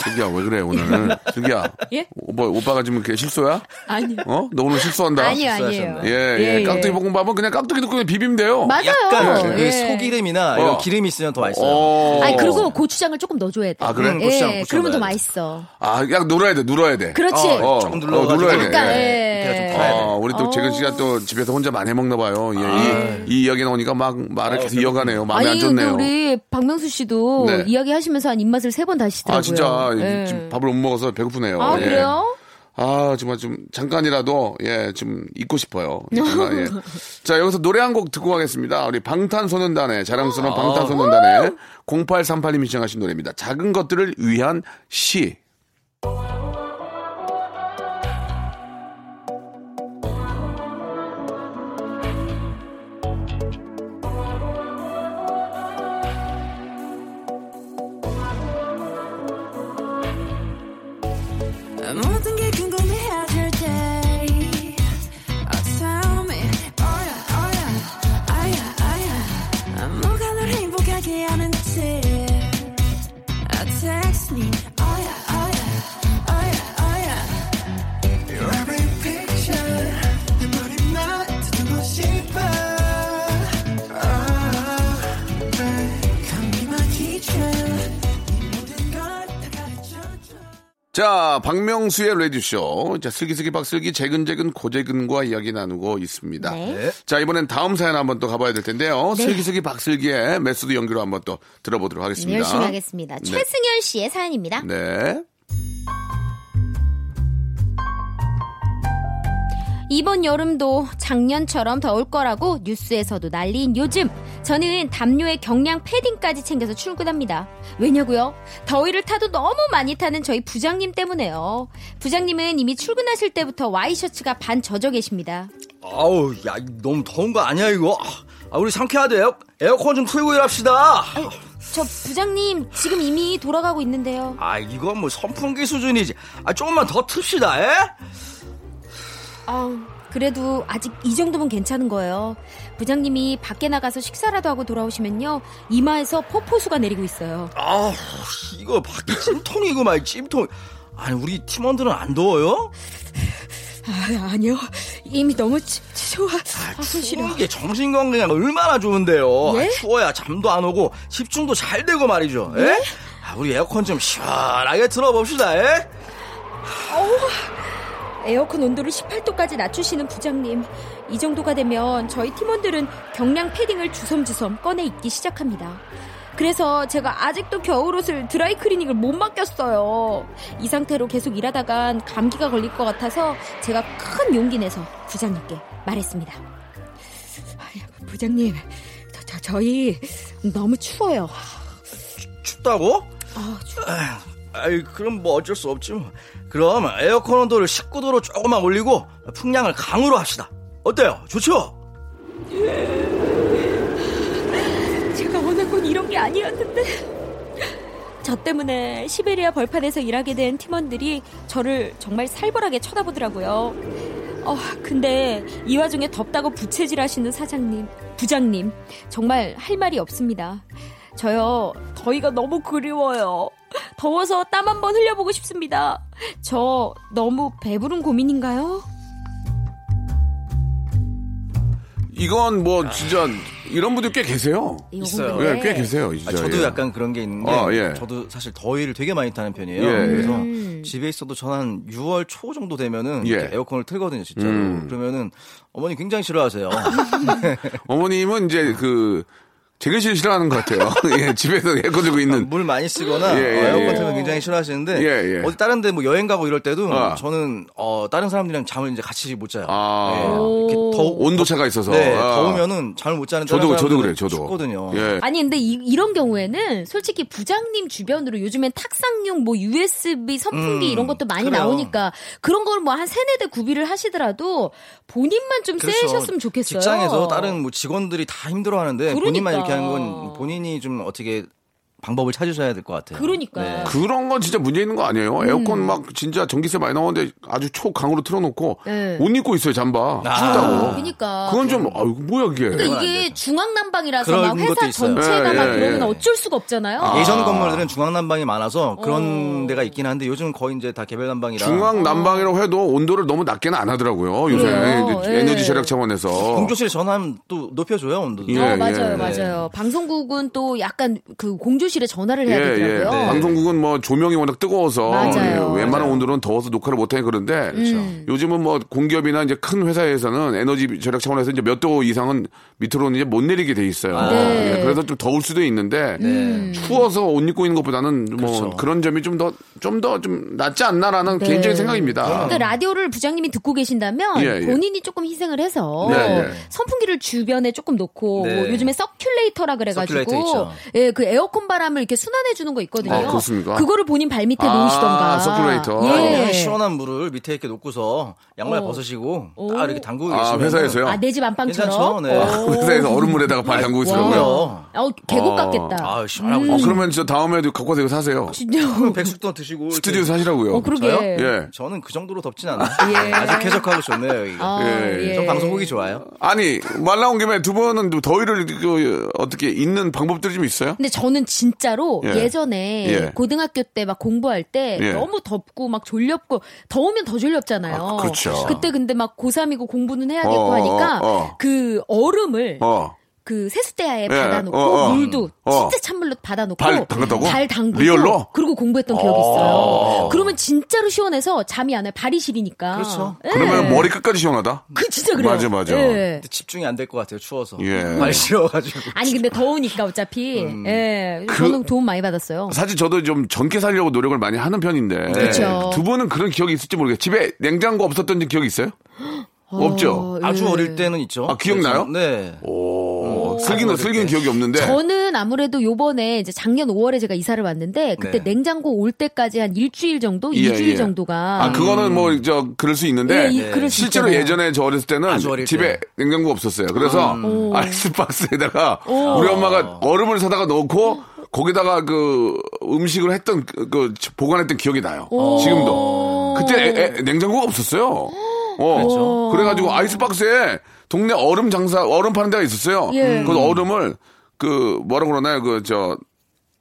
C: 슬기야 왜 그래 오늘? 슬기야.
H: 예?
C: 오빠 오빠가 지금 그게 실수야?
H: 아니요.
C: 어? 너 오늘 실수한다.
H: 아니요 아니에요.
G: 하셨네.
C: 예, 예. 깍두기 볶음밥은 그냥 깍두기 넣고 그냥 비비면 돼요.
H: 맞아요.
G: 약간
H: 예.
G: 그 소기름이나
C: 어.
G: 이런 기름이 있으면 더 맛있어요.
C: 어.
H: 아니 그리고 고추장을 조금 넣어줘야 돼.
C: 아, 그래?
H: 예,
G: 고추장, 고추장
H: 그러면 더
G: 넣어야 돼.
H: 맛있어.
C: 아, 약 눌러야 돼, 눌러야 돼.
H: 그렇지.
C: 어,
G: 조금 눌러가지고
C: 어, 눌러야 돼.
H: 약간,
C: 예.
H: 예.
G: 이렇게 좀 네. 풀어야 돼.
C: 아, 우리 또 재근 씨가 또 집에서 혼자 많이 해먹나 봐요. 예, 이, 이 이야기 나오니까 막 말을 계속 이어가네요. 마음이
H: 아니
C: 안 좋네요.
H: 근데 우리 박명수 씨도
C: 네.
H: 이야기하시면서 한 입맛을 세 번 다시더라고요.
C: 아, 진짜.
H: 예.
C: 지금 밥을 못 먹어서 배고프네요.
H: 아
C: 예.
H: 그래요?
C: 아, 정말 좀 잠깐이라도 예, 좀 잊고 싶어요. 정말, 예.
H: [laughs]
C: 자, 여기서 노래 한 곡 듣고 가겠습니다. 우리 방탄소년단의
H: 어.
C: 자랑스러운 방탄소년단의 0838님이 신청하신 노래입니다. 작은 것들을 위한 시.
D: 모든 게 궁금해하실 때 Oh tell me 어야 어야 아야 아야 뭐가 널 행복하게 하는지 Oh text me 어야 어야 어야 어야
A: Your every picture 내 머리 나 듣고 싶어 아, babe. Come be my teacher 이 모든 걸다 가르쳐줘
C: 자, 박명수의 레디쇼. 자, 슬기슬기 박슬기, 재근재근 고재근과 이야기 나누고 있습니다.
H: 네.
C: 자, 이번엔 다음 사연 한번 또 가봐야 될 텐데요. 슬기슬기 박슬기의 메소드 연기로 한번 또 들어보도록 하겠습니다.
H: 열심히 하겠습니다. 최승현 씨의 사연입니다.
C: 네.
H: 이번 여름도 작년처럼 더울 거라고 뉴스에서도 난리인 요즘 저는 담요에 경량 패딩까지 챙겨서 출근합니다. 왜냐고요? 더위를 타도 너무 많이 타는 저희 부장님 때문에요. 부장님은 이미 출근하실 때부터 와이셔츠가 반 젖어 계십니다.
G: 아우, 야, 이거 너무 더운 거 아니야, 이거? 아, 우리 상쾌하대. 에어, 에어컨 좀 틀고 일합시다.
H: 저 부장님 지금 이미 돌아가고 있는데요.
G: 아, 이건 뭐 선풍기 수준이지. 아, 조금만 더 틉시다, 예?
H: 아우, 그래도 아직 이 정도면 괜찮은 거예요. 부장님이 밖에 나가서 식사라도 하고 돌아오시면요. 이마에서 폭포수가 내리고 있어요.
G: 아우, 이거 밖에 찜통이고 말 찜통. 아니, 우리 팀원들은 안 더워요?
H: 아, 아니요. 이미 너무 치, 추워. 아, 손 시려.
G: 추운 게 정신 건강에 얼마나 좋은데요.
H: 예?
G: 아, 추워야 잠도 안 오고 집중도 잘 되고 말이죠. 예? 아, 우리 에어컨 좀 시원하게 틀어봅시다. 예?
H: 에어컨 온도를 18도까지 낮추시는 부장님. 이 정도가 되면 저희 팀원들은 경량 패딩을 주섬주섬 꺼내 입기 시작합니다. 그래서 제가 아직도 겨울옷을 드라이 클리닝을 못 맡겼어요. 이 상태로 계속 일하다간 감기가 걸릴 것 같아서 제가 큰 용기 내서 부장님께 말했습니다. 아이, 부장님, 저, 저, 저희 너무 추워요.
G: 춥다고?
H: 아, 추워.
G: 아이, 그럼 뭐 어쩔 수 없지 뭐. 그럼 에어컨 온도를 19도로 조금만 올리고 풍량을 강으로 합시다. 어때요? 좋죠?
H: 제가 원한 건 이런 게 아니었는데. 저 때문에 시베리아 벌판에서 일하게 된 팀원들이 저를 정말 살벌하게 쳐다보더라고요. 어, 근데 이 와중에 덥다고 부채질 하시는 사장님, 부장님, 정말 할 말이 없습니다. 저요, 더위가 너무 그리워요. 더워서 땀 한 번 흘려보고 싶습니다. 저 너무 배부른 고민인가요?
C: 이건 뭐 진짜 이런 분들 꽤 계세요.
H: 이거
G: 있어요.
H: 근데
C: 예, 꽤 계세요. 진짜.
G: 아, 저도
C: 예.
G: 약간 그런 게 있는데
C: 어, 예.
G: 저도 사실 더위를 되게 많이 타는 편이에요.
C: 예, 예.
G: 그래서 집에 있어도 전 한 6월 초 정도 되면은
C: 예. 음.
G: 이렇게 에어컨을 틀거든요, 진짜. 로 그러면은 어머니
C: [laughs]
G: 굉장히 싫어하세요.
C: 어머님은 이제 그 제일 제일 싫어하는 것 같아요. [laughs] 예, 집에서 에어컨 들고 있는.
G: 물 많이 쓰거나
C: 예, 예,
G: 어, 에어컨
C: 예.
G: 틀면 굉장히 싫어하시는데
C: 예, 예.
G: 어디 다른데 뭐 여행 가고 이럴 때도
C: 아.
G: 저는 어, 다른 사람들이랑 잠을 이제 같이 못 자요.
C: 아.
G: 예. 이렇게 더우-
C: 온도 차가 있어서.
G: 네,
C: 아.
G: 더우면은 잠을 못 자는
C: 저도 저도
G: 다른 사람들은
C: 그래요. 저도.
G: 춥거든요.
C: 예.
H: 아니 근데 이, 런 경우에는 솔직히 부장님 주변으로 요즘엔 탁상용 뭐 USB 선풍기
G: 음,
H: 이런 것도 많이
G: 그래요.
H: 나오니까 그런 걸 뭐 한 세네 대 구비를 하시더라도 본인만 좀
G: 그렇죠.
H: 세셨으면 좋겠어요.
G: 직장에서 다른 뭐 직원들이 다 힘들어하는데 본인만
H: 그러니까.
G: 이렇게 하는 건 본인이 좀 어떻게 방법을 찾으셔야 될 것 같아요.
H: 그러니까.
C: 그런 건 진짜 문제 있는 거 아니에요?
G: 음.
C: 에어컨 막 진짜 전기세 많이 나오는데 아주 초강으로 틀어놓고
H: 네.
C: 옷 입고 있어요 잠바
H: 아,
C: 춥다고.
H: 그러니까.
C: 그건 좀 아유 뭐야 그게.
H: 근데 이게 중앙난방이라서
G: 그런
H: 막
G: 것도
H: 회사
G: 있어요.
H: 전체가 막
C: 예, 예,
H: 그러면
C: 예.
H: 어쩔 수가 없잖아요.
G: 네. 예전 건물들은 중앙 난방이 많아서 그런
H: 어.
G: 데가 있긴 한데 요즘 거의 이제 다 개별 난방이라
C: 중앙 난방이라고 해도 온도를 너무 낮게는 안 하더라고요. 요새
H: 그래요.
C: 이제
H: 예.
C: 에너지 절약 차원에서.
G: 공조실 전화하면 또 높여줘요 온도도.
C: 예,
H: 어,
C: 예. 네.
H: 맞아요, 맞아요. 방송국은 또 약간 그 공조실에 전화를 해야
C: 예, 예.
G: 네.
H: 되더라고요.
C: 방송국은 뭐 조명이 워낙 뜨거워서
H: 맞아요. 그렇죠.
C: 예, 웬만한
G: 맞아요.
C: 온도는 더워서 녹화를 못해 그런데 요즘은 뭐 공기업이나 이제 큰 회사에서는 에너지 절약 차원에서 이제 몇 도 이상은 밑으로는 이제 못 내리게 돼 있어요.
H: 네. 음.
C: 예, 그래서 좀 더울 수도 있는데 추워서 옷 입고 있는 것보다는 뭐
G: 네. 그렇죠.
C: 그런 점이 좀 더 좀 더 좀 낫지
H: 네.
C: 않나라는 개인적인 생각입니다.
G: 아.
H: 그러니까 라디오를 부장님이 듣고 계신다면
C: 아. 예, 예.
H: 본인이 조금 희생을 해서
C: 네, 네.
H: 선풍기를 주변에 조금 놓고
G: 네.
H: 뭐 요즘에 서큘레이터라
G: 서큘레이터
H: 그래가지고
G: 있죠.
H: 예, 그 에어컨 바람을 이렇게 순환해 주는 거 있거든요.
C: 아, 그렇습니까?
H: 그거를 본인 발 밑에
C: 아,
H: 놓으시던가.
C: 서큘레이터.
G: 그냥
H: 예.
G: 아, 시원한 물을 밑에 이렇게 놓고서 양말
H: 어.
G: 벗으시고
H: 오.
G: 딱 이렇게 담그고
C: 아,
G: 계시면
C: 회사에서요?
H: 아, 내 집 안방처럼.
G: 괜찮죠? 네.
H: 오.
C: 그 회사에서 얼음물에다가 발 아, 담그고 있으라고요.
G: 그럼요.
H: 어, 계곡
C: 어.
H: 같겠다.
G: 아 시원하고
H: 음.
C: 어, 그러면 저 다음에도 갖고 와서 이거 사세요.
H: 진짜.
G: 그럼 백숙도 드시고 이렇게.
C: 스튜디오 사시라고요.
H: 어, 그러게.
G: 저요?
C: 예.
G: 저는 그 정도로 덥진 않아요.
H: 예.
G: 아주 쾌적하고 좋네요 여기가.
H: 아,
C: 예.
G: 전 방송국이 좋아요.
C: 아니 말 나온 김에 두 분은 또 더위를 그, 어떻게 있는 방법들이 좀 있어요?
H: 근데 저는 진짜로
C: 예.
H: 예. 전에
C: 예.
H: 고등학교 때 막 공부할 때
C: 예.
H: 너무 덥고 막 졸렵고 더우면 더 졸렵잖아요.
C: 아, 그렇죠.
H: 때 근데 막 고3이고 공부는 해야겠고
C: 어, 어,
H: 하니까
C: 어.
H: 그 얼음을
C: 어.
H: 그 세숫대야에 받아놓고
C: 어, 어.
H: 물도
C: 어.
H: 진짜 찬물로 받아놓고
C: 발 담갔다고?
H: 발 담그고
C: 리얼로?
H: 그리고 공부했던 기억이
C: 어.
H: 있어요. 그러면 진짜로 시원해서 잠이 안 와요. 발이 시리니까.
G: 그렇죠.
H: 예.
C: 그러면 머리 끝까지 시원하다.
H: 그 진짜 그래요.
C: 맞아, 맞아.
H: 예.
G: 근데 집중이 안 될 것 같아요 추워서.
C: 예.
G: 말 싫어가지고.
H: 아니 근데 더우니까 어차피
C: 음.
H: 예.
C: 그
H: 저는 도움 많이 받았어요.
C: 사실 저도 좀 젊게 살려고 노력을 많이 하는 편인데
H: 그렇죠.
C: 두 분은 그런 기억이 있을지 모르겠어요. 집에 냉장고 없었던지 기억이 있어요?
H: 그
C: 없죠.
G: 아주
H: 예.
G: 어릴 때는 있죠.
C: 아, 기억나요?
G: 네.
C: 오, 슬기는
G: 어릴
C: 슬기는
G: 때.
C: 기억이 없는데.
H: 저는 아무래도 요번에 이제 작년 5월에 제가 이사를 왔는데 그때
G: 네.
H: 냉장고 올 때까지 한 일주일 정도,
C: 예,
H: 이주일
C: 예.
H: 정도가
C: 아 그거는 뭐 저 그럴 수 있는데
H: 예, 이- 그럴 수
C: 실제로
H: 있잖아요.
C: 예전에 저 어렸을 때는
G: 아주 어릴
C: 집에
G: 때.
C: 냉장고 없었어요. 그래서
H: 음.
C: 아이스박스에다가 우리 엄마가
G: 어.
C: 얼음을 사다가 넣고 거기다가 그 음식을 했던 그- 그 보관했던 기억이 나요. 지금도 그때 에- 에- 냉장고가 없었어요. 어,
G: 그렇죠.
C: 그래가지고 아이스박스에 동네 얼음 장사 얼음 파는 데가 있었어요.
H: 예.
C: 그래서 얼음을 그 뭐라 그러나요? 그저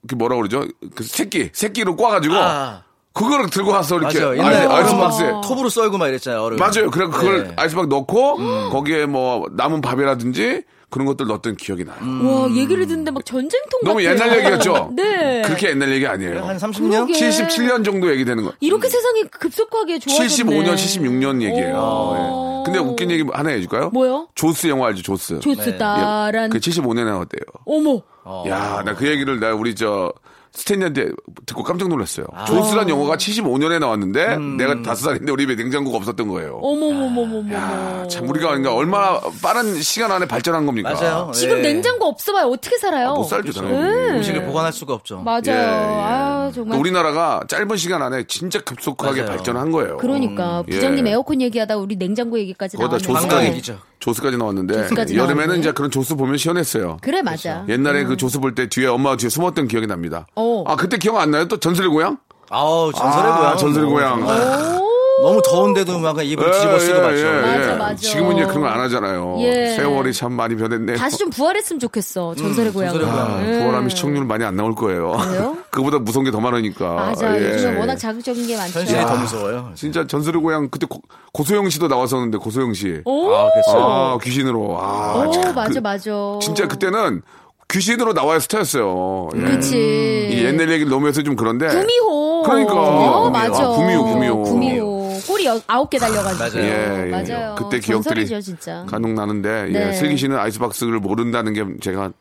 C: 그 뭐라 그러죠? 그 새끼 새끼로 꽈가지고
G: 아.
C: 그거를 들고 와서 이렇게
G: 맞아요.
C: 아이,
G: 옛날에
C: 아이스박스에
G: 톱으로 썰고 막 이랬잖아요. 얼음.
C: 맞아요. 그래 그걸
G: 네.
C: 아이스박 넣고 거기에 뭐 남은 밥이라든지 그런 것들 넣었던 기억이 나요.
H: 와 얘기를 듣는데 막 전쟁통
C: 음. 너무
H: 같아요.
C: 옛날 얘기였죠.
H: [laughs] 네.
C: 그렇게 옛날 얘기 아니에요.
G: 한 30년?
H: 그러게.
C: 77년 정도 얘기되는 거.
H: 이렇게 세상이 급속하게 좋아졌네.
C: 75년, 76년 얘기예요.
H: 오.
C: 예. 근데 웃긴 얘기 하나 해줄까요?
H: 뭐요?
C: 조스 영화 알죠? 조스.
H: 좋스다란
C: 그 75년에 나왔대요.
H: 어머
C: 야, 나 그 얘기를 나 우리 저 스탠리한테 듣고 깜짝 놀랐어요. 조스란 영화가 75년에 나왔는데 내가 다섯 살인데 우리 집에 냉장고가 없었던 거예요.
H: 어머머머머머.
C: 아, 참 우리가 그러니까 얼마나 빠른 시간 안에 발전한 겁니까?
G: 맞아요.
H: 지금
G: 예.
H: 냉장고 예. 없어봐요. 어떻게 그렇죠. 네. 살아요?
C: 못 살죠, 당연히.
G: 음식을 보관할 수가 없죠.
H: 맞아요.
C: 예, 예.
H: 아
C: 그러니까
H: 정말.
C: 우리나라가 짧은 시간 안에 진짜 급속하게
G: 맞아요.
C: 발전한 거예요.
H: 그러니까 부장님
C: 예.
H: 에어컨 얘기하다 우리 냉장고 얘기까지 네.
C: 거기다
H: 나왔는데.
C: 조스까지
G: 방광 얘기죠.
C: 조스까지 나왔는데
H: 조스까지
C: 여름에는
H: 나왔네.
C: 이제 그런 조스 보면 시원했어요.
H: 그래 맞아.
C: 옛날에 그 조스 볼 때 뒤에 엄마가 뒤에 숨었던 기억이 납니다.
H: 어.
C: 아 그때 기억 안 나요? 또 전설의 고향?
G: 아우 전설의
C: 아,
G: 고향.
C: 전설의
G: 뭐.
C: 고향.
H: 오.
G: 너무 더운데도 막 입을
C: 예,
G: 뒤집어 쓰고
C: 예,
G: 맞죠.
C: 예,
H: 맞아,
C: 예.
H: 맞아.
C: 지금은 이제 그런 거 안 하잖아요.
H: 예.
C: 세월이 참 많이 변했네요.
H: 다시 예. 좀 부활했으면 좋겠어. 전설의 고향.
G: 음, 전설의 고향.
C: 아, 부활하면 시청률 많이 안 나올 거예요.
H: 왜요?
C: [laughs] 그보다 무서운 게 더 많으니까.
H: 맞아.
C: 예.
H: 요즘에 워낙 자극적인 게 많죠.
G: 현실이 더 무서워요.
C: 진짜 전설의 고향 그때 고, 고소영 씨도 나왔었는데 고소영 씨.
H: 오,
G: 아, 그래서
C: 아 귀신으로. 아
H: 오,
C: 참,
H: 맞아,
C: 그-
H: 맞아.
C: 진짜 그때는 귀신으로 나와야 스타였어요. 예.
H: 그치.
C: 이 옛날 얘기를 너무 해서 좀 그런데.
H: 구미호.
C: 그러니까.
H: 어,
C: 구미호.
H: 맞아.
C: 구미호, 구미호.
H: 구미호. 꼬리 여- 아홉 개 달려가지고.
G: 맞아요.
C: 예, 예.
H: 맞아요.
C: 그때 기억들이
H: 전설이죠, 진짜.
C: 간혹 나는데 예,
H: 네.
C: 슬기 씨는 아이스박스를 모른다는 게 제가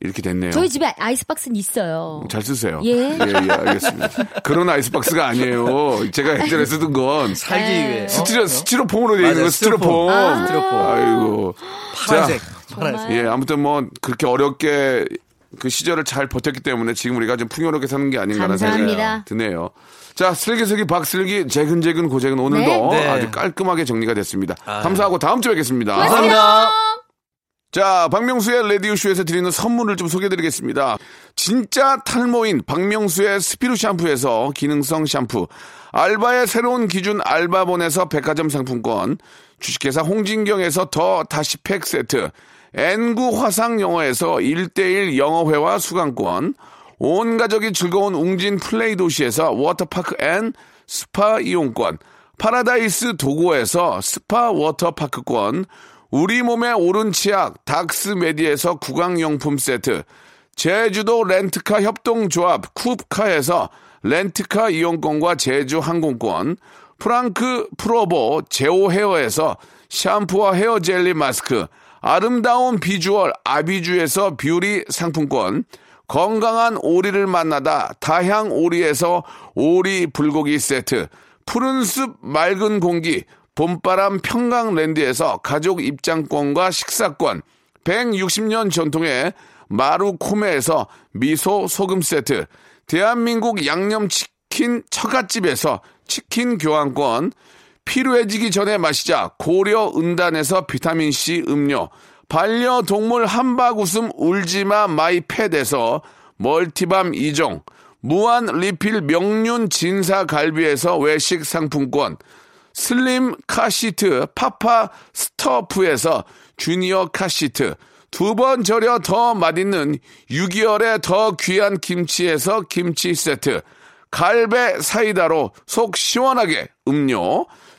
C: 이렇게 됐네요.
H: 저희 집에 아이스박스는 있어요.
C: 잘 쓰세요.
H: 예.
C: 예, 알겠습니다. 그런 아이스박스가 아니에요. 제가 예전에 쓰던 건
G: 살기
H: 네.
G: 위해. 어?
C: 스티로, 스티로폼으로 되어 있는
G: 맞아요,
C: 거 스티로폼.
G: 스티로폼. 스티로폼.
C: 아이고.
G: 파란색.
C: 자,
G: 파란색.
C: 예, 아무튼 뭐 그렇게 어렵게 그 시절을 잘 버텼기 때문에 지금 우리가 좀 풍요롭게 사는 게 아닌가라는 생각이
H: 감사합니다.
C: 드네요. 자, 슬기슬기 박슬기 재근재근 고재근 오늘도
G: 네.
C: 아주 깔끔하게 정리가 됐습니다. 감사하고 다음 주에 뵙겠습니다.
G: 감사합니다.
C: 자, 박명수의 라디오쇼에서 드리는 선물을 좀 소개드리겠습니다. 진짜 탈모인 박명수의 스피루 샴푸에서 기능성 샴푸, 알바의 새로운 기준 알바본에서 백화점 상품권, 주식회사 홍진경에서 더 다시팩 세트, N구 화상영어에서 1대1 영어회화 수강권, 온 가족이 즐거운 웅진 플레이 도시에서 워터파크 앤 스파 이용권, 파라다이스 도고에서 스파 워터파크권, 우리 몸의 오른 치약 닥스메디에서 구강용품 세트, 제주도 렌트카 협동조합 쿱카에서 렌트카 이용권과 제주 항공권, 프랑크 프로보 제오 헤어에서 샴푸와 헤어 젤리 마스크, 아름다운 비주얼 아비주에서 뷰리 상품권, 건강한 오리를 만나다 다향 오리에서 오리 불고기 세트, 푸른 숲 맑은 공기, 봄바람 평강랜드에서 가족 입장권과 식사권, 160년 전통의 마루코메에서 미소 소금 세트, 대한민국 양념치킨 처갓집에서 치킨 교환권, 필요해지기 전에 마시자 고려 은단에서 비타민C 음료, 반려동물 함박 웃음 울지마 마이 팻에서 멀티밤 2종, 무한 리필 명륜 진사 갈비에서 외식 상품권, 슬림 카시트 파파 스터프에서 주니어 카시트 두 번 절여 더 맛있는 6개월의 더 귀한 김치에서 김치 세트 갈배 사이다로 속 시원하게 음료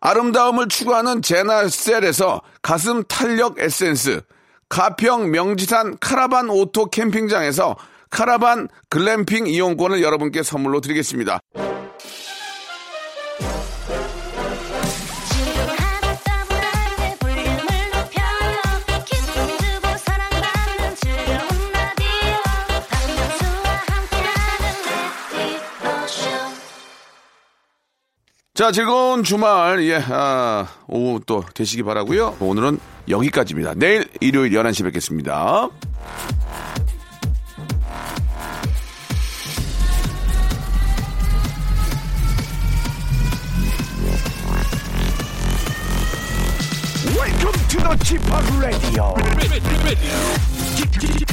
C: 아름다움을 추구하는 제나셀에서 가슴 탄력 에센스 가평 명지산 카라반 오토 캠핑장에서 카라반 글램핑 이용권을 여러분께 선물로 드리겠습니다.
D: 지루하다 따분할 때 볼륨을 높여요 기쁨 주고 사랑받는 즐거운 라디오 박명수와 함께하는 레디오쇼
C: 자, 즐거운 주말, 예, 아, 오후 또 되시기 바라고요 오늘은 여기까지입니다. 내일 일요일 11시 뵙겠습니다.
B: Welcome to the Chipak Radio.